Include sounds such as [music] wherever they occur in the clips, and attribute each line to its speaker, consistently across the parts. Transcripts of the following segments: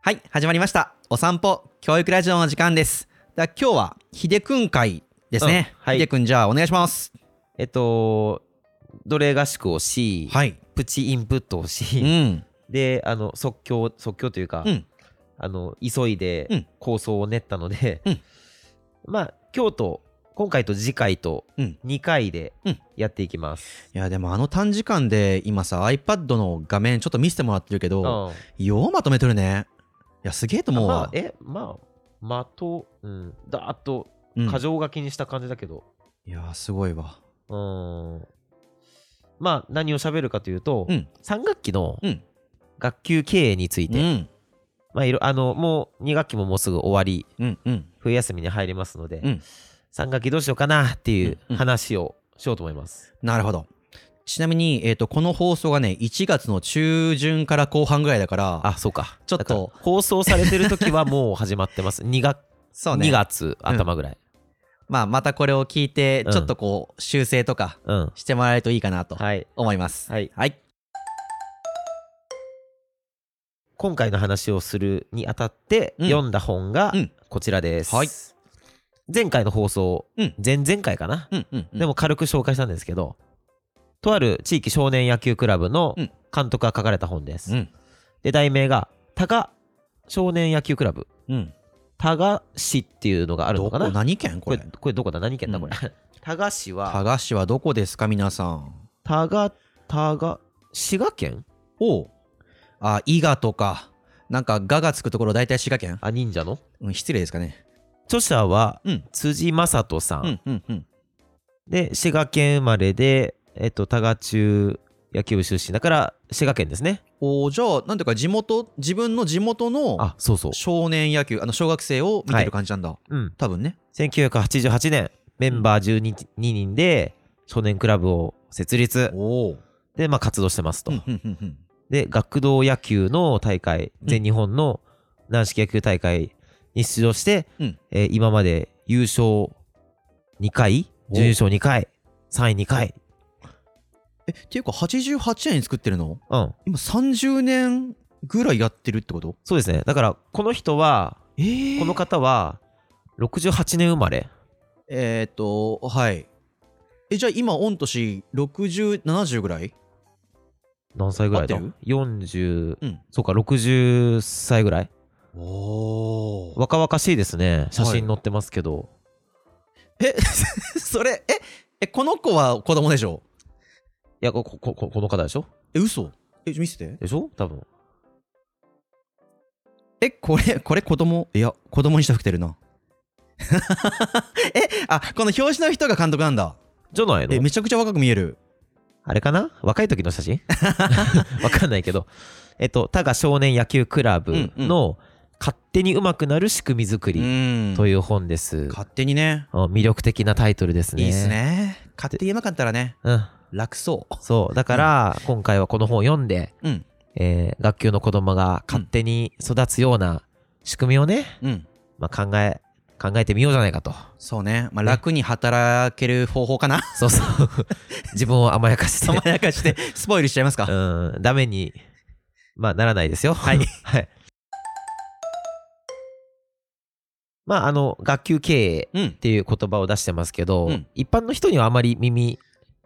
Speaker 1: はい、始まりました。お散歩教育ラジオの時間です。だ今日はひでくん会ですね。
Speaker 2: うんはい
Speaker 1: ひでくんじゃあお願いします。
Speaker 2: えっと、奴隷合宿をし、
Speaker 1: はい。
Speaker 2: プチインプットを
Speaker 1: う
Speaker 2: し、
Speaker 1: ん。
Speaker 2: で、あの、即興、即興というか、
Speaker 1: うん
Speaker 2: あの、急い
Speaker 1: うん
Speaker 2: で構想を練ったので、
Speaker 1: うん
Speaker 2: まあ、今日と、今回と次回と
Speaker 1: うん
Speaker 2: 2回で
Speaker 1: うん
Speaker 2: やっていきます。
Speaker 1: いやでもあの短時間で今さ iPad の画面ちょっと見せてもらってるけ
Speaker 2: う
Speaker 1: ど、
Speaker 2: ん
Speaker 1: ようまとめてるね。いやすげえと思う
Speaker 2: まあ
Speaker 1: わ、。
Speaker 2: え、まあ、まと、うん、だーっと、
Speaker 1: うん
Speaker 2: 過剰書きにした感じだけど、
Speaker 1: いやすごいわ。
Speaker 2: うん、まあ、何を喋るかというと、
Speaker 1: うん
Speaker 2: 3学期の
Speaker 1: うん
Speaker 2: 学級経営についうて、
Speaker 1: ん
Speaker 2: まあ、いろあのもう2学期ももうすぐ終わり
Speaker 1: うんうん。
Speaker 2: 冬休みに入りますので、
Speaker 1: うん
Speaker 2: 3学期どうしようかなっていう
Speaker 1: うんうん
Speaker 2: 話をしようと思います、
Speaker 1: なるほど。ちなみに、えー、とこの放送がね1月の中旬から後半ぐらいだから
Speaker 2: あそうか
Speaker 1: ちょっと
Speaker 2: だから放送されてる時はもう始まってます 2, 学
Speaker 1: [laughs] そうね
Speaker 2: 2月頭ぐらい、
Speaker 1: まあ、またこれを聞いて
Speaker 2: うん
Speaker 1: ちょっとこう修正とか
Speaker 2: うん
Speaker 1: してもらえるといいかなと
Speaker 2: はい、
Speaker 1: 思います。
Speaker 2: はい、
Speaker 1: はい。
Speaker 2: 今回の話をするにあたって
Speaker 1: うん
Speaker 2: 読んだ本が
Speaker 1: うん
Speaker 2: こちらです、
Speaker 1: はい
Speaker 2: 前回の放送、
Speaker 1: うん
Speaker 2: 前々回かな、
Speaker 1: うんうんうん
Speaker 2: でも軽く紹介したんですけどとある地域少年野球クラブの
Speaker 1: うん
Speaker 2: 監督が書かれた本です、
Speaker 1: うん
Speaker 2: で題名が多賀少年野球クラブ
Speaker 1: うん。
Speaker 2: 多賀市っていうのがある
Speaker 1: ど
Speaker 2: のか
Speaker 1: こ
Speaker 2: なこ
Speaker 1: 何県こ
Speaker 2: れ
Speaker 1: れ
Speaker 2: こ。れどこだ何県だこれ、 [laughs] 多賀市
Speaker 1: 加
Speaker 2: は
Speaker 1: 賀市はどこですか皆さん。
Speaker 2: 多賀多賀滋賀県
Speaker 1: おあ、伊賀とか、なんかががつくところ大体滋賀県。
Speaker 2: あ忍者の
Speaker 1: うん、失礼ですかね。
Speaker 2: 著者は
Speaker 1: うん
Speaker 2: 辻正人さん、
Speaker 1: うんうんうん。
Speaker 2: で滋賀県生まれで、えっと、多賀中野球部出身だから滋賀県ですね
Speaker 1: おじゃあ、なんていうか地元、自分の地元の
Speaker 2: あそうそう、
Speaker 1: 少年野球、あの小学生を見てる感じなんだ。
Speaker 2: うん、
Speaker 1: 多分ね。
Speaker 2: 1988年メンバー12人で少年クラブを設立
Speaker 1: おお。
Speaker 2: で、まあ、活動してますと、
Speaker 1: うんうんうんうん。
Speaker 2: で学童野球の大会
Speaker 1: うん
Speaker 2: 全日本の軟式野球大会に出場して、
Speaker 1: うん
Speaker 2: えー今まで優勝2回
Speaker 1: お
Speaker 2: 準優勝2回3位2回
Speaker 1: え、っていうか88年に作ってるの
Speaker 2: うん
Speaker 1: 今30年ぐらいやってるってこと
Speaker 2: そうですねだからこの人は
Speaker 1: えー
Speaker 2: この方は68年生まれ
Speaker 1: えっ、と、はい。え、じゃあ今、御年60、70ぐらい
Speaker 2: 何歳ぐらいだ
Speaker 1: 合ってる
Speaker 2: ?40
Speaker 1: うん。
Speaker 2: そうか60歳ぐらい
Speaker 1: おー。
Speaker 2: 若々しいですね写真載ってますけど、
Speaker 1: え、 [laughs] それ、え、え、この子は子供でしょ
Speaker 2: い、やこここここの方でしょ
Speaker 1: え、嘘え、ちょ見せて。
Speaker 2: でしょ多分
Speaker 1: え、これ、これ子供いや、子供にしたくてるな。 [laughs] え、あ、この表紙の人が監督なんだ。
Speaker 2: じゃないの
Speaker 1: え、めちゃくちゃ若く見える。
Speaker 2: あれかな若い時の写真 [laughs] わかんないけど、えっと、多賀少年野球クラブの勝手に上手くなる仕組み作
Speaker 1: う
Speaker 2: り
Speaker 1: ん。
Speaker 2: という本です。
Speaker 1: 勝手にね。
Speaker 2: あ魅力的なタイトルですね。
Speaker 1: いいっす。ね。勝手にうまかったらね、
Speaker 2: うん。
Speaker 1: 楽そ
Speaker 2: そう。だから、今回はこの本を読んで、
Speaker 1: う。うん。
Speaker 2: えー学級の子供が勝手に育つような仕組みをね、
Speaker 1: うん。
Speaker 2: まあ、考え、考えてみようじゃないかと。
Speaker 1: そうね。まあ、
Speaker 2: ね
Speaker 1: 楽に働ける方法かな。 [laughs]
Speaker 2: そうそう。自分を甘やかして。
Speaker 1: 甘やかして、スポイルしちゃいますか。
Speaker 2: うん、ダメに、まあ、ならないですよ。はい。 [laughs] はい。まあ、あの、学級経営
Speaker 1: うん
Speaker 2: っ。ていう言葉を出してますけど、
Speaker 1: うん
Speaker 2: 一般の人にはあまり耳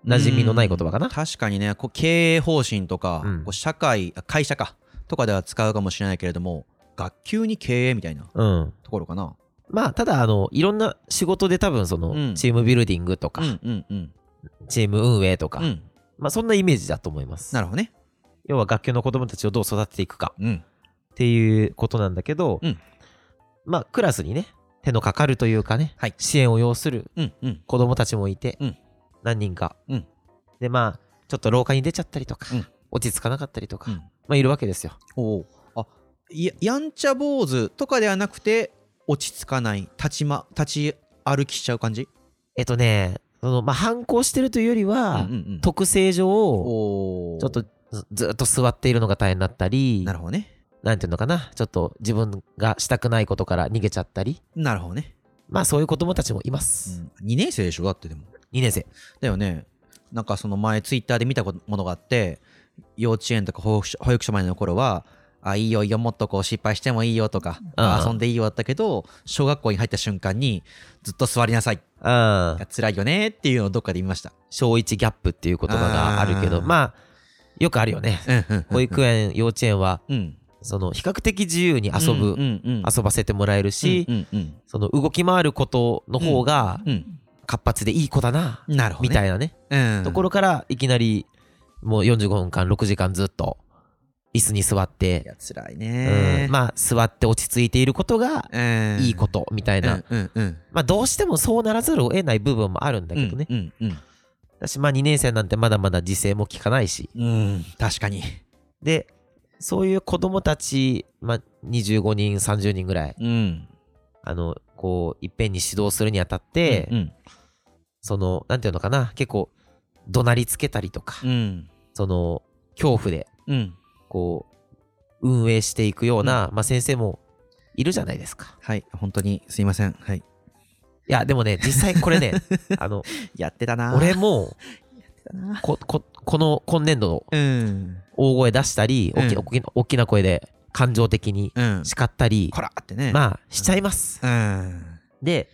Speaker 2: 馴染みのない言葉かな。
Speaker 1: 確かにね、こう経営方針とか、
Speaker 2: うん
Speaker 1: こう社会、あ会社か、とかでは使うかもしれないけれども、学級に経営みたいな
Speaker 2: うん。
Speaker 1: ところかな。
Speaker 2: まあ、ただ、あの、いろんな仕事で多分、その、
Speaker 1: うん
Speaker 2: チームビルディングとか、
Speaker 1: うんうんうん。
Speaker 2: チーム運営とか、
Speaker 1: うん。
Speaker 2: まあ、そんなイメージだと思います
Speaker 1: な。るほどね。
Speaker 2: 要は、学級の子供たちをどう育てていくか
Speaker 1: うん。
Speaker 2: っていうことなんだけど、
Speaker 1: うん
Speaker 2: まあ、クラスにね、手のかかるというかね、
Speaker 1: はい
Speaker 2: 支援を要する
Speaker 1: うんうん。
Speaker 2: 子供たちもいて、
Speaker 1: うん
Speaker 2: 何人か、
Speaker 1: うん
Speaker 2: でまあちょっと廊下に出ちゃったりとか、
Speaker 1: うん
Speaker 2: 落ち着かなかったりとか、
Speaker 1: うん
Speaker 2: まあいるわけですよ
Speaker 1: おうあや、やんちゃ坊主とかではなくて、落ち着かない、立ちま、立ち歩きしちゃう感じ
Speaker 2: えっとねその、まあ、反抗してるというより
Speaker 1: うん
Speaker 2: は、
Speaker 1: うんうん。
Speaker 2: 特性上
Speaker 1: おう
Speaker 2: ちょっとずずっと座っているのが大変だったり
Speaker 1: なるほどね。
Speaker 2: なんていうのかなちょっと自分がしたくないことから逃げちゃったり
Speaker 1: なるほどね。
Speaker 2: まあそういう子供たちもいます、
Speaker 1: うん、2年生でしょだってでも。
Speaker 2: 2年生
Speaker 1: だよねなんかその前ツイッターで見たことものがあって幼稚園とか保育所保育所までの頃はあいいよいいよもっとこう失敗してもいいよとか、
Speaker 2: ああ
Speaker 1: 遊んでいいよだったけど小学校に入った瞬間にずっと座りなさい
Speaker 2: うん
Speaker 1: いや辛いよねっていうのをどっかで見ました
Speaker 2: 小1ギャップっていう言葉があるけど
Speaker 1: あー
Speaker 2: まあよくあるよね
Speaker 1: うんうん
Speaker 2: 保育園幼稚園は
Speaker 1: うん
Speaker 2: その比較的自由に遊
Speaker 1: うん
Speaker 2: ぶ、
Speaker 1: うんうん
Speaker 2: 遊ばせてもらえるし、
Speaker 1: うんうん
Speaker 2: その動き回ることの方が
Speaker 1: うんうん
Speaker 2: 活発でいい子だな、
Speaker 1: なるほどね
Speaker 2: みたいなね
Speaker 1: うん
Speaker 2: ところからいきなりもう45分間6時間ずっと椅子に座っ
Speaker 1: い
Speaker 2: て、
Speaker 1: や辛い
Speaker 2: うん
Speaker 1: ね
Speaker 2: まあ座って落ち着いていることが
Speaker 1: あ
Speaker 2: いいことみたいな、
Speaker 1: うんうん
Speaker 2: まあどうしてもそうならざるを得ない部分もあるんだ
Speaker 1: だ
Speaker 2: けどね、
Speaker 1: うんうん
Speaker 2: 私まあ2年生なんてまだまだ時勢も効かないし
Speaker 1: うんうん確かに
Speaker 2: でそういう子供たち、まあ、25人30人ぐらい
Speaker 1: うん
Speaker 2: あのこういっぺんに指導するにあたって、
Speaker 1: うん
Speaker 2: そのなんていうのかな結構怒鳴りつけたりとか、
Speaker 1: うん
Speaker 2: その恐怖で
Speaker 1: うん
Speaker 2: こう運営していくような、まあ、先生もいるじゃないですか
Speaker 1: はい本当にすいませんはい
Speaker 2: いやでもね実際
Speaker 1: [laughs]
Speaker 2: これねあの
Speaker 1: やってたな
Speaker 2: 俺も
Speaker 1: だな
Speaker 2: こここの今年度の
Speaker 1: うん
Speaker 2: 大声出したり大き,、
Speaker 1: うん
Speaker 2: 大きな大きな声で感情的に
Speaker 1: うん
Speaker 2: 叱ったり、
Speaker 1: こらってね
Speaker 2: まあしちゃいます、
Speaker 1: うん
Speaker 2: で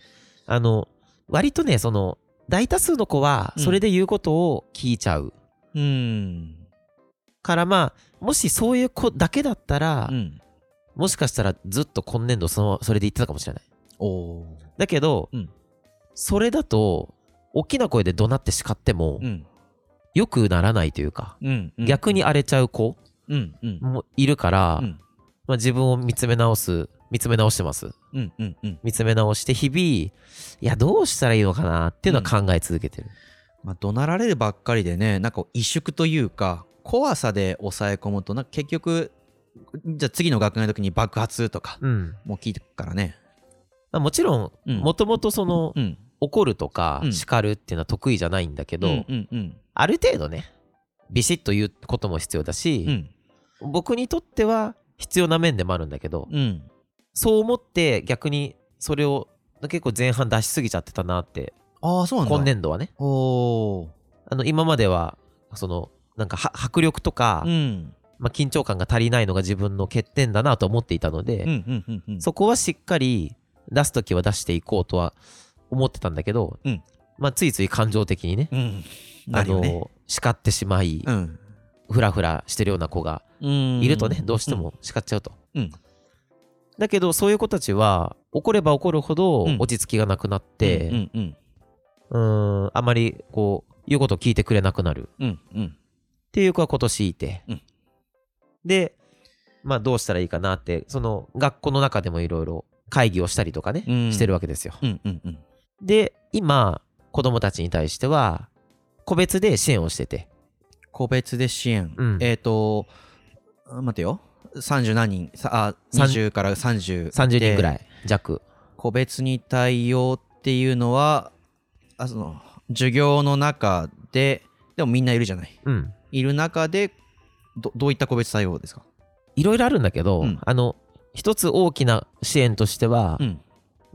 Speaker 2: あの割とねその大多数の子は
Speaker 1: うん
Speaker 2: それで言うことを聞いちゃう
Speaker 1: うん
Speaker 2: から、まあもしそういう子だけだったら、
Speaker 1: うん
Speaker 2: もしかしたらずっと今年度そのそれで言ってたかもしれない
Speaker 1: おお
Speaker 2: だけど、
Speaker 1: うん
Speaker 2: それだと大きな声で怒鳴って叱っても、
Speaker 1: うん
Speaker 2: よくならないというか、
Speaker 1: うんうん
Speaker 2: 逆に荒れちゃう子
Speaker 1: うんうん
Speaker 2: もいるから、
Speaker 1: うん
Speaker 2: まあ、自分を見つめ直す見つめ直してます
Speaker 1: うんうんうん
Speaker 2: 見つめ直して日々いやどうしたらいいのかなっていうのは考え続けてる、
Speaker 1: まあ、怒鳴られるばっかりでねなんか萎縮というか怖さで抑え込むとなんか結局じゃあ次の学年の時に爆発とか
Speaker 2: うん
Speaker 1: もう聞いてくからね
Speaker 2: まあ、もちろん
Speaker 1: うん
Speaker 2: もともとその、
Speaker 1: うん
Speaker 2: 怒るとか
Speaker 1: うん
Speaker 2: 叱るっていうのは得意じゃないんだけど、
Speaker 1: うんうんうん
Speaker 2: ある程度ねビシッと言うことも必要だ
Speaker 1: う
Speaker 2: し、
Speaker 1: ん
Speaker 2: 僕にとっては必要な面でもあるんだけど、
Speaker 1: うん
Speaker 2: そう思って逆にそれを結構前半出しすぎちゃってたなって
Speaker 1: ああそうなんだ
Speaker 2: 今年度はね
Speaker 1: おお
Speaker 2: あの今まではそのなんかは迫力とか、
Speaker 1: うん
Speaker 2: まあ、緊張感が足りないのが自分の欠点だなと思っていたので、
Speaker 1: うんうんうんうん
Speaker 2: そこはしっかり出す時は出していこうとは思ってたんだけど、
Speaker 1: うん
Speaker 2: まあ、ついつい感情的にね
Speaker 1: うん
Speaker 2: あ
Speaker 1: なるよね
Speaker 2: の叱ってしまい、
Speaker 1: うん
Speaker 2: フラフラしてるような子が
Speaker 1: うん
Speaker 2: いるとね、どうしても叱っちゃうと。
Speaker 1: うん
Speaker 2: だけどそういう子たちは怒れば怒るほど
Speaker 1: うん
Speaker 2: 落ち着きがなくなっ
Speaker 1: う
Speaker 2: て、
Speaker 1: んうん
Speaker 2: うーんあまりこう言うことを聞いてくれなくなるっ
Speaker 1: うんうん
Speaker 2: ていう子は今年いて、
Speaker 1: うん
Speaker 2: で、まあ、どうしたらいいかなってその学校の中でもいろいろ会議をしたりとかね、
Speaker 1: うん
Speaker 2: してるわけですよ。
Speaker 1: うんうんうん
Speaker 2: で今子供たちに対しては個別で支援をしてて、
Speaker 1: 個別で支援、
Speaker 2: うん
Speaker 1: えっ、とあ待てよ30何人さあ
Speaker 2: 三
Speaker 1: 20から30
Speaker 2: 30人ぐ
Speaker 1: い
Speaker 2: らい弱。
Speaker 1: 個別に対応っていうのはあその授業の中ででもみんないるじゃない
Speaker 2: うん
Speaker 1: いる中でどどういった個別対応ですか
Speaker 2: いろいろあるんだけど、
Speaker 1: うん
Speaker 2: あの一つ大きな支援としては、
Speaker 1: うん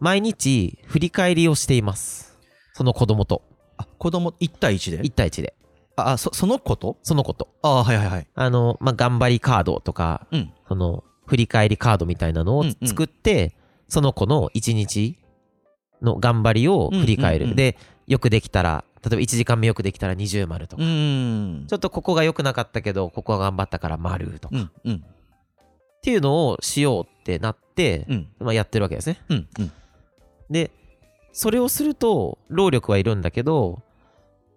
Speaker 2: 毎日振り返りをしていますその子供と
Speaker 1: あ子供1対1で
Speaker 2: 1対1で
Speaker 1: ああそその子と
Speaker 2: その子と
Speaker 1: ああはいはいはい
Speaker 2: あの、まあ、頑張りカードとか
Speaker 1: うん
Speaker 2: その振り返りカードみたいなのを
Speaker 1: うんうん
Speaker 2: 作って、その子の1日の頑張りを振り
Speaker 1: う
Speaker 2: 返る、
Speaker 1: んうんうん
Speaker 2: でよくできたら例えば1時間目よくできたら20丸と
Speaker 1: う
Speaker 2: か、
Speaker 1: ーん
Speaker 2: ちょっとここが良くなかったけどここは頑張ったから丸とか、
Speaker 1: う
Speaker 2: っ
Speaker 1: んうん
Speaker 2: ていうのをしようってなって、
Speaker 1: うん
Speaker 2: まあ、やってるわけですね
Speaker 1: うんうん
Speaker 2: でそれをすると労力はいるんだけど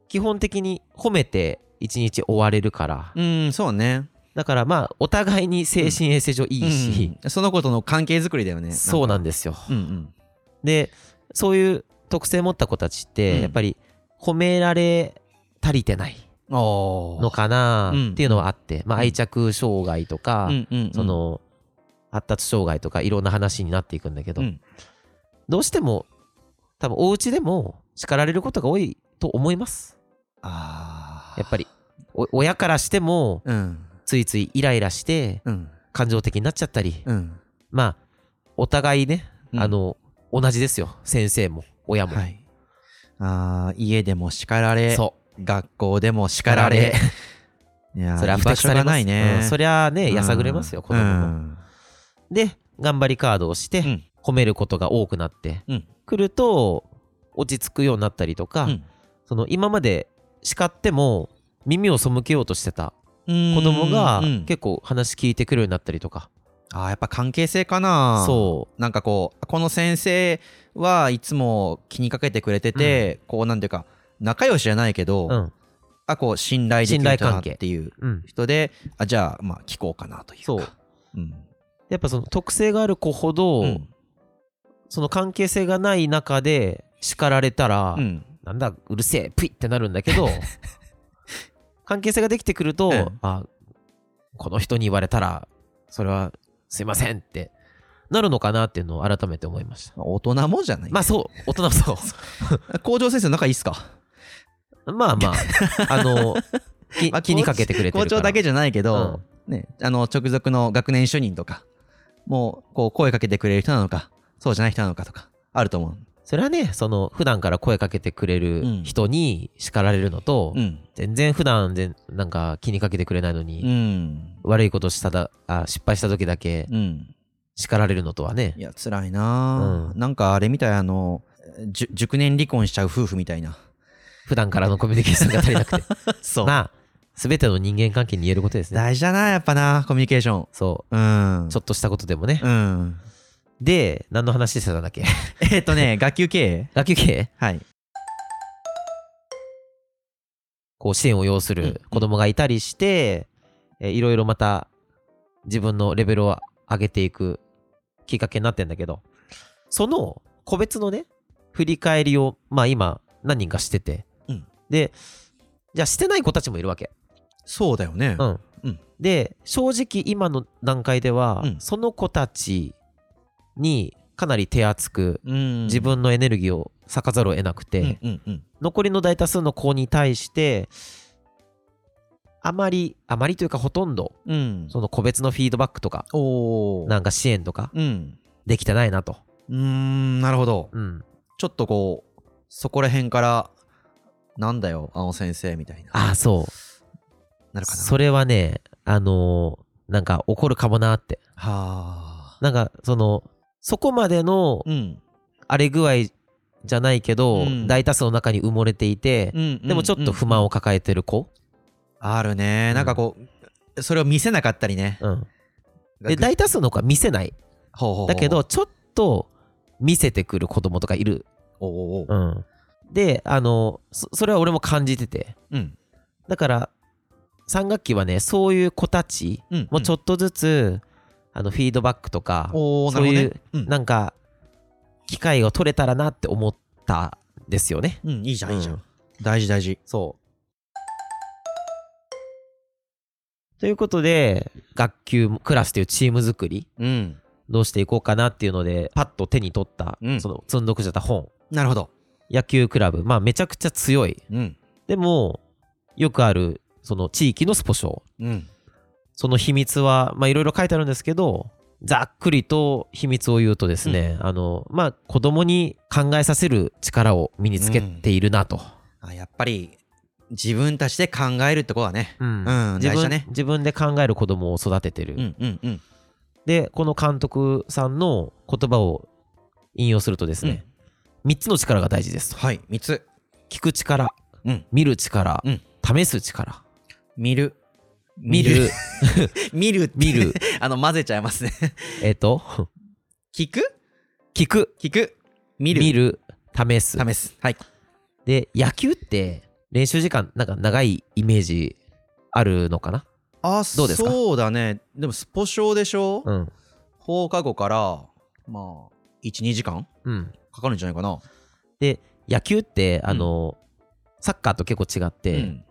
Speaker 2: 基本的に褒めて一日終われるから、
Speaker 1: うーんそうね
Speaker 2: だからまあお互いに精神衛生上いいし、
Speaker 1: うんその子との関係づくりだよね
Speaker 2: そう
Speaker 1: な
Speaker 2: なん
Speaker 1: か
Speaker 2: んですよ
Speaker 1: うんうん
Speaker 2: でそういう特性持った子たちっ
Speaker 1: う
Speaker 2: て
Speaker 1: ん
Speaker 2: やっぱり褒められ足りてない
Speaker 1: ああ
Speaker 2: のかな
Speaker 1: うん
Speaker 2: っていうのはあって、まあ、
Speaker 1: うん
Speaker 2: 愛着障害とか、
Speaker 1: うんうんうん
Speaker 2: その発達障害とかいろんな話になっていくんだけど、
Speaker 1: うん
Speaker 2: どうしても多分お家でも叱られることが多いと思います
Speaker 1: ああ
Speaker 2: やっぱりお親からしても
Speaker 1: うん
Speaker 2: ついついイライラして
Speaker 1: うん
Speaker 2: 感情的になっちゃったり、
Speaker 1: うん
Speaker 2: まあお互いね、
Speaker 1: うん
Speaker 2: あの同じですよ先生も親も、
Speaker 1: はいあー家でも叱られ
Speaker 2: そ
Speaker 1: 学校でも叱られ
Speaker 2: 叱
Speaker 1: いやー
Speaker 2: [laughs] それ
Speaker 1: 居場所がないね、
Speaker 2: うんそりゃあね、やさぐれますよ、子供も。
Speaker 1: も
Speaker 2: で、頑張りカードをして、
Speaker 1: うん
Speaker 2: 褒めることが多くなって
Speaker 1: うん
Speaker 2: くると、落ち着くようになったりとか、その今まで叱っても耳を背けようとしてた子
Speaker 1: 子
Speaker 2: 供が
Speaker 1: 結
Speaker 2: 結構話聞いてくるようになったりとか、
Speaker 1: 構あーやっぱ関係性かな
Speaker 2: そう
Speaker 1: なんかこうこの先生はいつも気にかけてくれてて、こうなんていうか仲良しじゃないけど、
Speaker 2: う、うん
Speaker 1: あこう信頼できる
Speaker 2: 信
Speaker 1: 人
Speaker 2: 頼
Speaker 1: だっ
Speaker 2: 関係
Speaker 1: ていう
Speaker 2: うん、
Speaker 1: 人であじゃあまあ聞こうかなというか
Speaker 2: そう
Speaker 1: うん
Speaker 2: やっぱその特性がある子ほど、
Speaker 1: うん
Speaker 2: その関係性がない中で叱られたら、
Speaker 1: うん
Speaker 2: なんだうるせえプイってなるんだ
Speaker 1: [laughs]
Speaker 2: けど関係性ができてくると、
Speaker 1: うん
Speaker 2: あこの人に言われたらそれはすいませんってなるのかなっていうのを改めて思いました
Speaker 1: まあ大人もじゃない、
Speaker 2: まあそう大人もそう
Speaker 1: 校長先生仲いいっすか
Speaker 2: ま
Speaker 1: [laughs]
Speaker 2: あまあ、あの、き
Speaker 1: まあ
Speaker 2: 気にかけてくれてるから。
Speaker 1: 校長だけじゃないけど、ね、あの直属の学年主任とかもうこう声かけてくれる人なのかそうじゃない人なのかとかあると思
Speaker 2: それはね、その、普段から声かけてくれる
Speaker 1: うん
Speaker 2: 人に叱られるのと、
Speaker 1: ううん
Speaker 2: 全然普段全、なんか気にかけてくれないの
Speaker 1: う
Speaker 2: に、
Speaker 1: ん
Speaker 2: 悪いことしただ、あ、失敗した時だけ
Speaker 1: うん
Speaker 2: 叱られるのとはね
Speaker 1: い。や辛いなあ、
Speaker 2: う
Speaker 1: なんかあれみたいあのじゅ熟年離婚しちゃう夫婦みたいな
Speaker 2: 普段からのコミュニケーションが足りなくて。
Speaker 1: [laughs] そ
Speaker 2: まあ、すべての人間関係に言えることですね。
Speaker 1: 大事だなやっぱなコミュニケーション
Speaker 2: そ
Speaker 1: うん
Speaker 2: う。ちょっとしたことでもね。
Speaker 1: うん
Speaker 2: で、何の話してたんだっけ
Speaker 1: えっと [laughs] ね学級経営
Speaker 2: 学級経営
Speaker 1: はい
Speaker 2: こう支援を要する子供がいたりして、えーいろいろまた自分のレベルを上げていくきっかけになってんだけど、その個別のね、振り返りを、まあ今何人かしてて、
Speaker 1: うん
Speaker 2: で、じゃあしてない子たちもいるわけ。
Speaker 1: そうだよね
Speaker 2: うん。
Speaker 1: うん
Speaker 2: で、正直今の段階では、
Speaker 1: うん
Speaker 2: その子たちにかなり手厚く
Speaker 1: うん
Speaker 2: 自分のエネルギーを割かざるを得なくて、
Speaker 1: うんうんうん
Speaker 2: 残りの大多数の子に対してあまりあまりというかほとんど
Speaker 1: うん
Speaker 2: その個別のフィードバックとか
Speaker 1: おお
Speaker 2: なんか支援とか
Speaker 1: うん
Speaker 2: できてないなと、
Speaker 1: うーんなるほど
Speaker 2: うん、
Speaker 1: ちょっとこうそこら辺からなんだよあの先生みたいな
Speaker 2: ああそう
Speaker 1: なるかな
Speaker 2: それはねあのーなんか怒るかもなって
Speaker 1: はあ
Speaker 2: なんかそのそこまでの
Speaker 1: うん
Speaker 2: 荒れ具合じゃないけど、
Speaker 1: うん
Speaker 2: 大多数の中に埋もれていて、
Speaker 1: うん
Speaker 2: でもちょっと不満を抱えてる子、
Speaker 1: あるねなんかこうそれを見せなかったりね
Speaker 2: うん、で大多数の子は見せない
Speaker 1: ほうほうほう
Speaker 2: だけどちょっと見せてくる子供とかいる
Speaker 1: おおおう
Speaker 2: うん、であのそそれは俺も感じてて
Speaker 1: うん
Speaker 2: だから3学期はねそういう子たち
Speaker 1: うん
Speaker 2: もちょっとずつ、あのフィードバックとか
Speaker 1: おおなるほどねうん
Speaker 2: なんか機会を取れたらなって思ったんですよね
Speaker 1: うんいいじゃんいいじゃ
Speaker 2: うん
Speaker 1: 大事大事
Speaker 2: そうということで学級クラスというチーム作り
Speaker 1: うん
Speaker 2: どうしていこうかなっていうのでパッと手に取った、
Speaker 1: うん
Speaker 2: その積んどくじゃった本
Speaker 1: なるほど
Speaker 2: 野球クラブまあめちゃくちゃ強い
Speaker 1: うん
Speaker 2: でも、よくある、その地域のスポ少。
Speaker 1: うん
Speaker 2: その秘密は、まあいろいろ書いてあるんですけど、ざっくりと秘密を言うとですね、あの、まあ子供に考えさせる力を身につけているなと。
Speaker 1: あやっぱり自分たちで考えるってことはね
Speaker 2: うん
Speaker 1: うん
Speaker 2: 自
Speaker 1: 大事だ
Speaker 2: 分
Speaker 1: ね
Speaker 2: 自分で考える子供を育ててる。
Speaker 1: うんうんうん
Speaker 2: で、この監督さんの言葉を引用するとですね、3つの力が大事ですと。
Speaker 1: はい3つ
Speaker 2: 聞く力、
Speaker 1: うん
Speaker 2: 見る力、
Speaker 1: うん
Speaker 2: 試す力、
Speaker 1: 見る
Speaker 2: 見る、
Speaker 1: 見るって
Speaker 2: 見
Speaker 1: [laughs]
Speaker 2: る、
Speaker 1: あの混ぜちゃいますね
Speaker 2: えっと、
Speaker 1: 聞く
Speaker 2: 聞く、
Speaker 1: 聞く見る
Speaker 2: 試す
Speaker 1: 試すはい
Speaker 2: で野球って練習時間なんか長いイメージあるのかな
Speaker 1: あ
Speaker 2: どうですか
Speaker 1: そうだねでもスポ少でしょ、
Speaker 2: うん
Speaker 1: 放課後からまあ12時間
Speaker 2: うん
Speaker 1: かかるんじゃないかな
Speaker 2: で野球ってあの、サッカーと結構違って、
Speaker 1: うん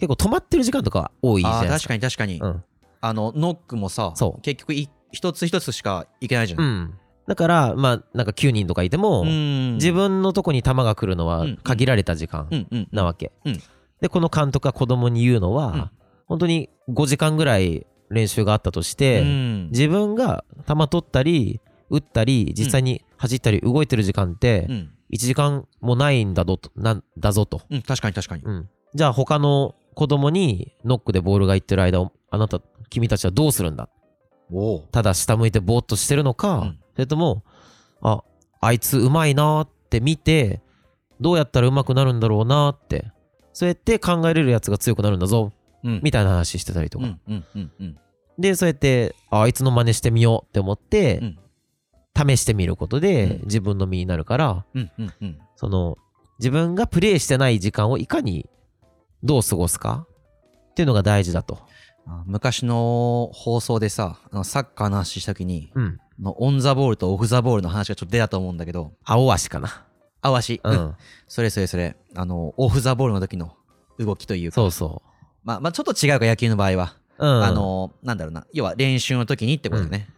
Speaker 2: 結構止まってる時間とか多いじゃ
Speaker 1: あ
Speaker 2: な
Speaker 1: ー
Speaker 2: いで
Speaker 1: 確
Speaker 2: すか
Speaker 1: かに確かに、
Speaker 2: うん
Speaker 1: あのノックもさ
Speaker 2: そう
Speaker 1: 結局い一つ一つしかいけないじゃ、
Speaker 2: うんんだからまあなんか9人とかいても、
Speaker 1: ん
Speaker 2: 自分のとこに球が来るの
Speaker 1: う
Speaker 2: は
Speaker 1: ん
Speaker 2: 限られた時間
Speaker 1: うんうん
Speaker 2: なわけ、
Speaker 1: うん
Speaker 2: でこの監督が子供に言うのは、
Speaker 1: うん
Speaker 2: 本当に5時間ぐらい練習があったとし
Speaker 1: う
Speaker 2: て、
Speaker 1: ん
Speaker 2: 自分が球取ったり打ったり実際に走ったり動いてる時間って
Speaker 1: うん
Speaker 2: 1時間もないんだぞとなんだぞと、
Speaker 1: うん確かに確かに
Speaker 2: うん、じゃあ他の子供にノックでボールが行ってる間をあなた君たちはどうするんだ
Speaker 1: おお
Speaker 2: ただ下向いてぼーっとしてるのか、
Speaker 1: うん
Speaker 2: それともああいつうまいなーって見てどうやったらうまくなるんだろうなーってそうやって考えれるやつが強くなるんだぞ
Speaker 1: うん
Speaker 2: みたいな話してたりとか、
Speaker 1: うんうんうんうん
Speaker 2: でそうやってああいつの真似してみようって思って、
Speaker 1: うん
Speaker 2: 試してみることで
Speaker 1: うん
Speaker 2: 自分の身になるから
Speaker 1: うんうんうん
Speaker 2: その自分がプレイしてない時間をいかにどう過ごすかっていうのが大事だと。
Speaker 1: あ昔の放送でさあのサッカーの話した時に
Speaker 2: うん、
Speaker 1: あのオン・ザ・ボールとオフ・ザ・ボールの話がちょっと出たと思うんだけど
Speaker 2: 青足かな。
Speaker 1: あわし、
Speaker 2: う
Speaker 1: うん [laughs]
Speaker 2: ん、
Speaker 1: それそれそれあのオフ・ザ・ボールの時の動きというか
Speaker 2: そうそ
Speaker 1: まあ、まあちょっと違うか野球の場合は、
Speaker 2: う。うん、
Speaker 1: あのなんだろうな要は練習の時にってことだよね、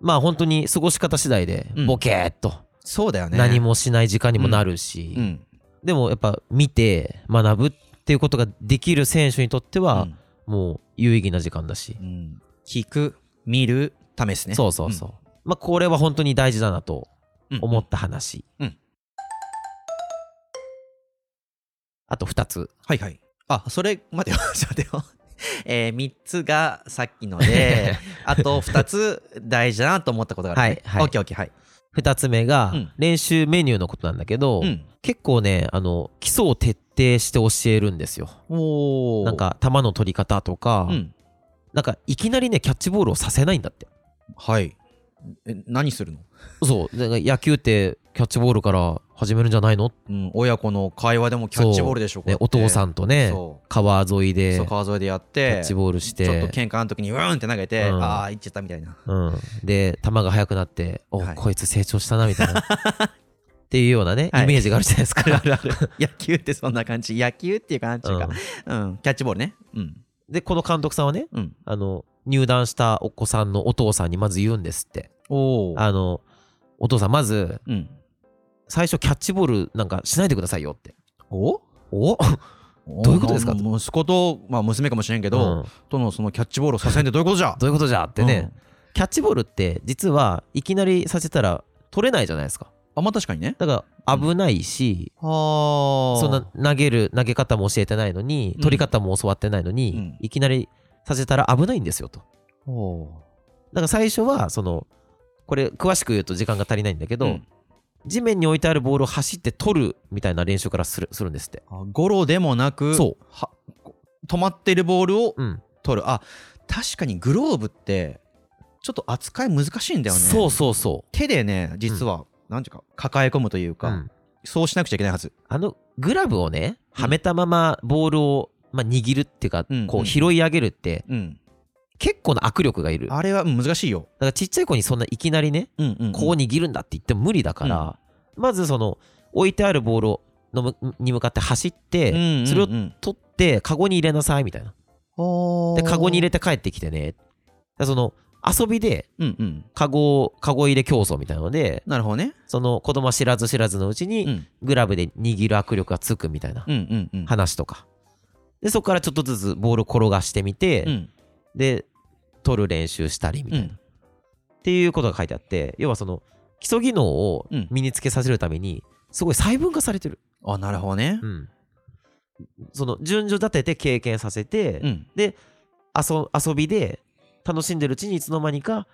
Speaker 2: まあ本当に過ごし方次第で
Speaker 1: うん
Speaker 2: ボケーっと
Speaker 1: そうだよね
Speaker 2: 何もしない時間にもなるし、
Speaker 1: うん
Speaker 2: でもやっぱ見て学ぶっていうことができる選手にとってはもう有意義な時間だし、
Speaker 1: うんうん聞く見る試すね
Speaker 2: そうそうそう、まあこれは本当に大事だなと
Speaker 1: うん、うん
Speaker 2: 思った話、
Speaker 1: うん
Speaker 2: あと2つ
Speaker 1: はいはい。あ、それ、待てよ、 [laughs] ちょっと待てよ。えー、3つがさっきの
Speaker 2: [laughs]
Speaker 1: で、あと2つ大事だなと思ったことがある、ね。
Speaker 2: はいはい
Speaker 1: オッケーオッケー、はい。
Speaker 2: 2つ目が
Speaker 1: うん
Speaker 2: 練習メニューのことなんだけど、
Speaker 1: ん。
Speaker 2: 結構ねあの基礎を徹底して教えるんですよ
Speaker 1: おー
Speaker 2: なん、か球の取り方とか、
Speaker 1: うん。
Speaker 2: なんかいきなりねキャッチボールをさせないんだって
Speaker 1: はい。え、何するの
Speaker 2: そうだから野球ってキャッチボールから始めるんじゃないの、
Speaker 1: うん、親子の会話でもキャッチボールでしょ、こう
Speaker 2: ね
Speaker 1: やっ、て
Speaker 2: お父さんとね
Speaker 1: そ。
Speaker 2: 川沿いうで
Speaker 1: そう、川沿いでやっ
Speaker 2: キ
Speaker 1: て、
Speaker 2: ャッチボールし
Speaker 1: ちょっと
Speaker 2: て、
Speaker 1: 喧嘩の時に、うーんって投げて、
Speaker 2: うん
Speaker 1: ああ、行っちゃったみたいな。 [laughs]
Speaker 2: うん、で球が速くなってお、
Speaker 1: はい
Speaker 2: こいつ成長したなみた
Speaker 1: [laughs]
Speaker 2: いなっていうようなね
Speaker 1: はい
Speaker 2: イメージがあるじゃないですか、
Speaker 1: るある。野球ってそんな感じ。野球っていう感じか。うん。キャッチボールね。うん。
Speaker 2: うんでこの監督さんはね
Speaker 1: うん。
Speaker 2: あの入団したお子さんのお父さんにまず言うんですって
Speaker 1: おー。
Speaker 2: あのお父さんまず
Speaker 1: うん。
Speaker 2: 最初キャッチボールなんかしないでくださいよって
Speaker 1: お
Speaker 2: おどういうことですか
Speaker 1: まあ息子と、まあ、娘かもしれんけど、
Speaker 2: うん
Speaker 1: とのそのキャッチボールをさせんでどういうことじゃ
Speaker 2: どういうことじゃってね、、キャッチボールって実はいきなりさせたら取れないじゃないですか
Speaker 1: うんあまあ確かにね
Speaker 2: だから危ないし、
Speaker 1: はあ
Speaker 2: そんな投げる投げ方も教えてないのに
Speaker 1: うん
Speaker 2: 取り方も教わってないのに、
Speaker 1: うん
Speaker 2: いきなりさせたら危ないんですよとだから最初はそのこれ詳しく言うと時間が足りないんだけど、
Speaker 1: うん
Speaker 2: 地面に置いてあるボールを走って取るみたいな練習からするするんですって
Speaker 1: あゴロでもなく
Speaker 2: そう
Speaker 1: は止まってるボールを
Speaker 2: うん
Speaker 1: 取る、あ確かにグローブってちょっと扱い難しいんだよね
Speaker 2: そうそうそ
Speaker 1: 手でね実は、なんていうか抱え込むという
Speaker 2: う、
Speaker 1: か、そうしなくちゃいけないはず
Speaker 2: あのグラブをね
Speaker 1: うん
Speaker 2: はめたままボールを、まあ、握るっていうか、
Speaker 1: うん
Speaker 2: こ
Speaker 1: うん
Speaker 2: う拾い上げるって
Speaker 1: うん
Speaker 2: 結構な握力がいる
Speaker 1: あれはうん難しいよ、
Speaker 2: だからちっちゃい子にそんないきなりね、
Speaker 1: うんうんうん
Speaker 2: こう握るんだって言っても無理だから、まずその置いてあるボールをのむに向かって走って、
Speaker 1: うんうんうん
Speaker 2: それを取ってカゴに入れなさいみたいな
Speaker 1: はあ
Speaker 2: でカゴに入れて帰ってきてねだからその遊びで
Speaker 1: うんうん
Speaker 2: カゴをカゴ入れ競争みたいなので
Speaker 1: なるほどね
Speaker 2: その子供は知らず知らずのうち
Speaker 1: う
Speaker 2: に
Speaker 1: ん
Speaker 2: グラブで握る握力がつくみたいな
Speaker 1: うんうんうん
Speaker 2: 話とかでそこからちょっとずつボールを転がしてみて、
Speaker 1: うん
Speaker 2: で取る練習したりみたいな、
Speaker 1: うん
Speaker 2: っていうことが書いてあって要はその基礎技能を
Speaker 1: うん
Speaker 2: 身につけさせるためにすごい細分化されてる、
Speaker 1: あなるほどね
Speaker 2: うんその順序立てて経験させて、
Speaker 1: うん
Speaker 2: 遊遊びで楽しんでるうちにいつの間にか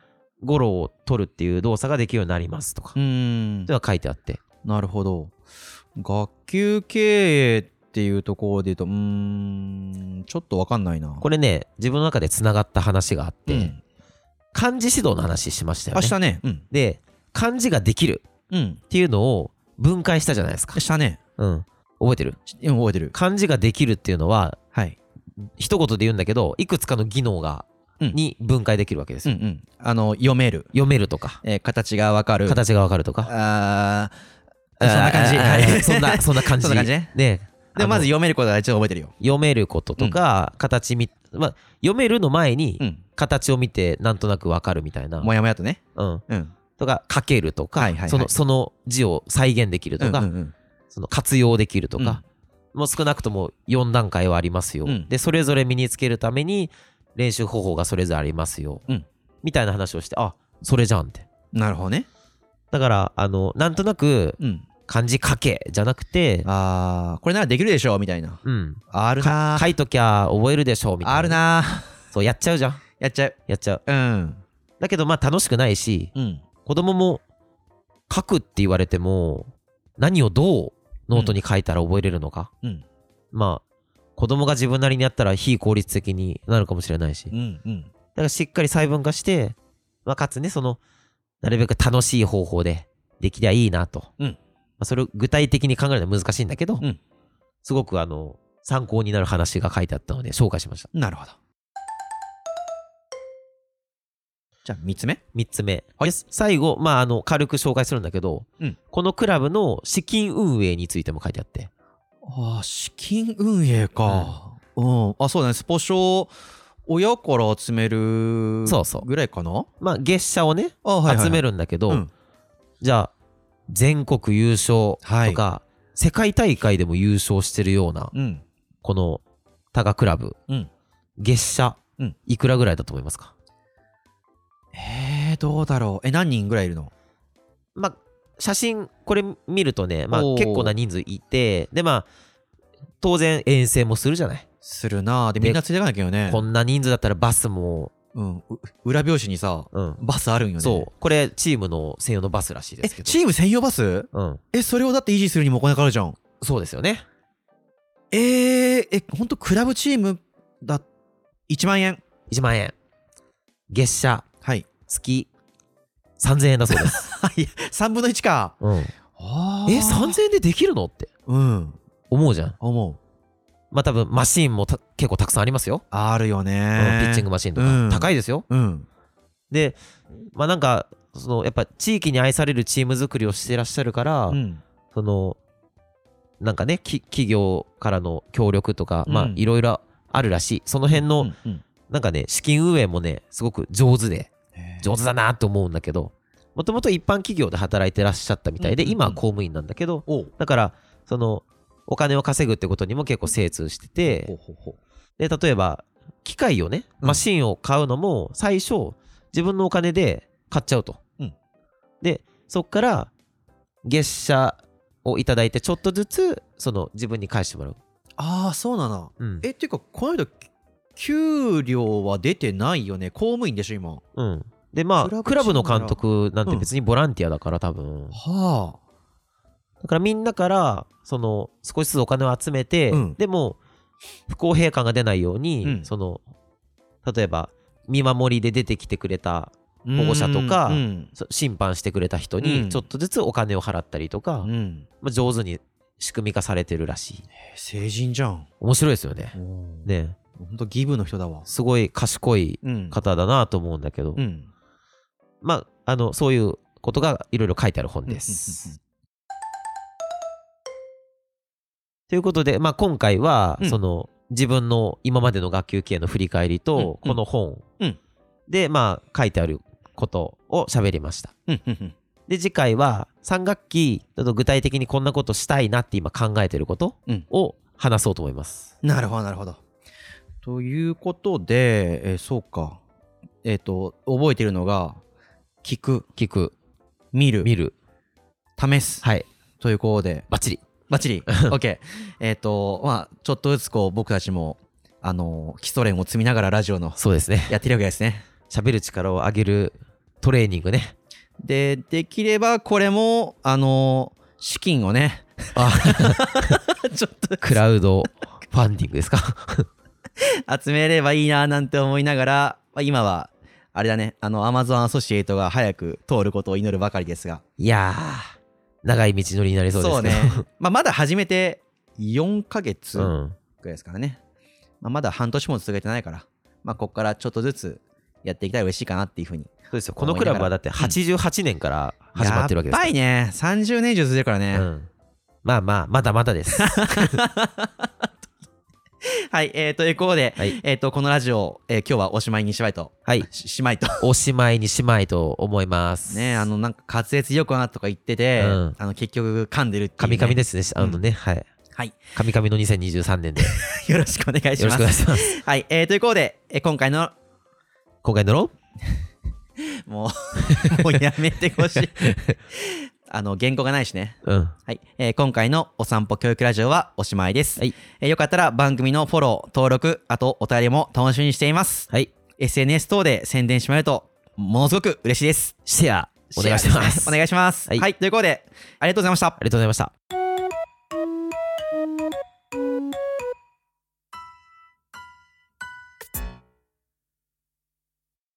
Speaker 2: ゴロを取るっていう動作ができるようになりますとか、
Speaker 1: うーん
Speaker 2: では書いてあって
Speaker 1: なるほど学級経営っていうところで言うとうーんちょっとわかんないな
Speaker 2: こ
Speaker 1: れ
Speaker 2: れね自分の中でつながった話があって、
Speaker 1: うん
Speaker 2: 漢字指導の話しましたよ
Speaker 1: あ
Speaker 2: ね
Speaker 1: したねうん
Speaker 2: で漢字ができる
Speaker 1: うん
Speaker 2: っていうのを分解したじゃないですか。
Speaker 1: したね
Speaker 2: うん。覚えてる
Speaker 1: しうん覚えてる
Speaker 2: 漢字ができるっていうのは、
Speaker 1: はい
Speaker 2: 一言で言うんだけど、いくつかの技能が、
Speaker 1: うん
Speaker 2: に分解できるわけです
Speaker 1: うん
Speaker 2: よ。
Speaker 1: うんあの読める、
Speaker 2: 読めるとか、
Speaker 1: えー形がわかる
Speaker 2: 形がわかるとか。
Speaker 1: あーそんな感じ
Speaker 2: あー
Speaker 1: は
Speaker 2: あ
Speaker 1: [laughs]
Speaker 2: ー
Speaker 1: い
Speaker 2: そんな、そんな感じ。
Speaker 1: そんな感じね
Speaker 2: ね。
Speaker 1: でまず
Speaker 2: あの
Speaker 1: 読めることは一応覚えてるよ
Speaker 2: 読めることとか、形み、まあ、読めるの前に、
Speaker 1: うん
Speaker 2: 形を見てなんとなくわかるみたいな。
Speaker 1: もやもやとね
Speaker 2: うん。
Speaker 1: うん
Speaker 2: とか、書けるとか、
Speaker 1: はいはいはい
Speaker 2: その、その字を再現できるとか、
Speaker 1: うんうん
Speaker 2: その活用できるとか、もう少なくとも4段階はありますよ、
Speaker 1: うん
Speaker 2: でそれぞれ身につけるために練習方法がそれぞれありますよ、
Speaker 1: うん
Speaker 2: みたいな話をしてあそれじゃんって
Speaker 1: うんなるほどね
Speaker 2: だからあのなんとなく
Speaker 1: うん
Speaker 2: 漢字書けじゃなくて、
Speaker 1: あーこれならできるでしょみたいな
Speaker 2: うん。
Speaker 1: あるな
Speaker 2: 書いときゃ覚えるでしょみたいな。
Speaker 1: ある。な
Speaker 2: そう、やっちゃうじゃん。
Speaker 1: やっちゃう
Speaker 2: やっちゃう。
Speaker 1: うん
Speaker 2: だけど、まあ楽しくないし、
Speaker 1: うん
Speaker 2: 子供も書くって言われても、何をどうノートに書いたら覚えれるのか。
Speaker 1: うん
Speaker 2: まあ、子供が自分なりにやったら非効率的になるかもしれないし。だ
Speaker 1: うんうん
Speaker 2: からしっかり細分化して、まあ、かつね、その、なるべく楽しい方法でできりゃいいなと。
Speaker 1: うん
Speaker 2: まあ、それを具体的に考えるのは難しいんだけど、
Speaker 1: うん
Speaker 2: すごくあの、参考になる話が書いてあったので紹介しました。
Speaker 1: なるほどじゃあ3つ目
Speaker 2: 3つ目。
Speaker 1: はい
Speaker 2: で最後、まあ、あの、軽く紹介するんだけど、
Speaker 1: うん
Speaker 2: このクラブの資金運営についても書いてあって。
Speaker 1: あー資金運営か、うんあそうだねスポ少親から集める
Speaker 2: そうそう
Speaker 1: ぐらいかな
Speaker 2: まあ、月謝をね、
Speaker 1: あ、はいはいはい、
Speaker 2: 集め
Speaker 1: る
Speaker 2: るんだけど、
Speaker 1: うん
Speaker 2: じゃあ、全国優勝
Speaker 1: はい
Speaker 2: とか、世界大会でも優勝してるような、
Speaker 1: うん
Speaker 2: このタガクラブ、
Speaker 1: うん
Speaker 2: 月謝、
Speaker 1: うん
Speaker 2: いくらぐらいだと思いますか
Speaker 1: えー、どうだろうえ何人ぐらいいるの
Speaker 2: まあ、写真、これ見るとね、まあ、
Speaker 1: おー
Speaker 2: 結構な人数いて、で、まあ、当然遠征もするじゃない。
Speaker 1: するなあで
Speaker 2: で
Speaker 1: みんなついてかなきゃよね
Speaker 2: こんな人数だったらバスも、
Speaker 1: うんう裏表紙にさ
Speaker 2: うん。
Speaker 1: バスあるんよね
Speaker 2: そう。これ、チームの専用のバスらしいで
Speaker 1: え
Speaker 2: すけど。
Speaker 1: チーム専用バス
Speaker 2: うん。
Speaker 1: えそれをだって維持するにもお金かかるじゃん
Speaker 2: そうですよね。
Speaker 1: えー、えほんとクラブチームだ1万円
Speaker 2: 1万円。月謝、
Speaker 1: はい
Speaker 2: 月、3000円だそう [laughs] です。
Speaker 1: 3分の1か
Speaker 2: うん。
Speaker 1: あ
Speaker 2: え3000円でできるのって
Speaker 1: うん
Speaker 2: 思うじゃん
Speaker 1: 思う
Speaker 2: まあ多分マシンもた結構たくさんありますよ、
Speaker 1: あるよ
Speaker 2: こ
Speaker 1: ね
Speaker 2: のピッチングマシンと
Speaker 1: う
Speaker 2: か、
Speaker 1: ん
Speaker 2: 高いですよ
Speaker 1: うん
Speaker 2: でまあなんかそのやっぱ地域に愛されるチーム作りをしてらっしゃるから、
Speaker 1: うん
Speaker 2: そのなんかねき企業からの協力とか、
Speaker 1: うん
Speaker 2: まあいろいろあるらしいその辺の、
Speaker 1: うんうん
Speaker 2: なんかね資金運営もねすごく上手で
Speaker 1: へー
Speaker 2: 上手だなと思うんだけどもともと一般企業で働いてらっしゃったみたいで、
Speaker 1: うんうんうん
Speaker 2: 今は公務員なんだけど
Speaker 1: おう
Speaker 2: だからそのお金を稼ぐってことにも結構精通してて、
Speaker 1: ほうほうほう
Speaker 2: で例えば機械をね
Speaker 1: うん
Speaker 2: マシンを買うのも最初自分のお金で買っちゃうと、
Speaker 1: うん
Speaker 2: でそっから月謝をいただいてちょっとずつその自分に返してもらう、
Speaker 1: ああそうなの
Speaker 2: うん
Speaker 1: えっていうかこの人給料は出てないよね公務員でしょ今は
Speaker 2: うんでま
Speaker 1: クラ
Speaker 2: あ
Speaker 1: ブ
Speaker 2: クラブの監
Speaker 1: チ
Speaker 2: 督なんて
Speaker 1: うん
Speaker 2: 別にボランティアだから多分だ
Speaker 1: あ
Speaker 2: からみんなからその少しずつお金を集めて、
Speaker 1: うん
Speaker 2: でも不公平感が出ないように、
Speaker 1: うん
Speaker 2: その例えば見守りで出てきてくれた
Speaker 1: 保
Speaker 2: 保護者とか
Speaker 1: うん
Speaker 2: そ審判してくれた人
Speaker 1: う
Speaker 2: に
Speaker 1: ん
Speaker 2: ちょっとずつお金を払ったりとか、
Speaker 1: うんうん
Speaker 2: まあ、上手に仕組み化されてるらしい
Speaker 1: えー成人じゃん
Speaker 2: 面白いですよね
Speaker 1: ね
Speaker 2: ね
Speaker 1: ほんとギブの人だわ
Speaker 2: すごい賢い
Speaker 1: うん
Speaker 2: 方だなと思うんだけど、
Speaker 1: うん
Speaker 2: まああのそういうことがいろいろ書いてある本で
Speaker 1: う
Speaker 2: す、
Speaker 1: んうんうん
Speaker 2: ということで、まあ、今回は、
Speaker 1: うん
Speaker 2: その自分の今までの学級経営の振り返り
Speaker 1: うんうん
Speaker 2: と、この本
Speaker 1: うん
Speaker 2: で、まあ、書いてあることを喋りました
Speaker 1: うんうんうん
Speaker 2: で次回は3学期だと具体的にこんなことしたいなって今考えてること
Speaker 1: うん
Speaker 2: を話そうと思います、
Speaker 1: なるほどなるほどということでえーそうかえっと覚えてるのが聞く
Speaker 2: 聞く
Speaker 1: 見る
Speaker 2: 見る
Speaker 1: 試す
Speaker 2: はい
Speaker 1: ということで
Speaker 2: バッチリ
Speaker 1: バッ [laughs] チリ OK えっとまあちょっとずつこう僕たちもあのー基礎練を積みながらラジオの
Speaker 2: そうですね
Speaker 1: やってるわけですね
Speaker 2: 喋る力を上げるトレーニングね
Speaker 1: でできればこれもあのー資金をね [laughs]
Speaker 2: あ
Speaker 1: ちょっと
Speaker 2: [laughs] クラウドファンディングですか
Speaker 1: 集めればいいななんて思いながら、まあ、今はあれだねあのアマゾンアソシエイトが早く通ることを祈るばかりですが
Speaker 2: いやー長い道のりになりそうですけど
Speaker 1: ね、まあ、まだ始めて4ヶ月
Speaker 2: う
Speaker 1: ぐら
Speaker 2: ん
Speaker 1: いですからね、まあ、まだ半年も続けてないから、まあ、ここからちょっとずつやっていきたら嬉しいかなっていうふうに
Speaker 2: そうですよこのクラブはだって88年から始まってるわけで
Speaker 1: や
Speaker 2: す
Speaker 1: っぱ
Speaker 2: か
Speaker 1: りね30年以上続いてるからね、
Speaker 2: ら、うん、まあまあまだまだです
Speaker 1: はい、えー、ということで、
Speaker 2: はい
Speaker 1: えー、とこのラジオ、えー今日はおしまいにしまいと
Speaker 2: はい
Speaker 1: ししまいと
Speaker 2: [laughs] おしまいにしまいと思います
Speaker 1: ねあのなんか滑舌よくなとか言ってて、
Speaker 2: うん
Speaker 1: あの結局噛んでるって
Speaker 2: カ
Speaker 1: いう、ね、
Speaker 2: ミカミですねあのね、はい
Speaker 1: はい
Speaker 2: カミカミの2023年でよ
Speaker 1: [laughs] よろしくお願い
Speaker 2: ろ
Speaker 1: し
Speaker 2: しく
Speaker 1: ます
Speaker 2: お願いします
Speaker 1: はい、えー、ということで、えー今回の
Speaker 2: 今回のろ [laughs]
Speaker 1: もうもうやめてほしいあの、原稿がないしね。
Speaker 2: うん。
Speaker 1: はい、えー今回のお散歩教育ラジオはおしまいです、
Speaker 2: はい
Speaker 1: えーよかったら番組のフォロー登録あとお便りも楽しみにしています
Speaker 2: はい。
Speaker 1: SNS 等で宣伝してもらえるとものすごく嬉しいです
Speaker 2: シェア、お願いし
Speaker 1: シェア
Speaker 2: ま。
Speaker 1: です [laughs] ねお願いします
Speaker 2: は
Speaker 1: はいい、ということでありがとうございました
Speaker 2: ありがとうございました。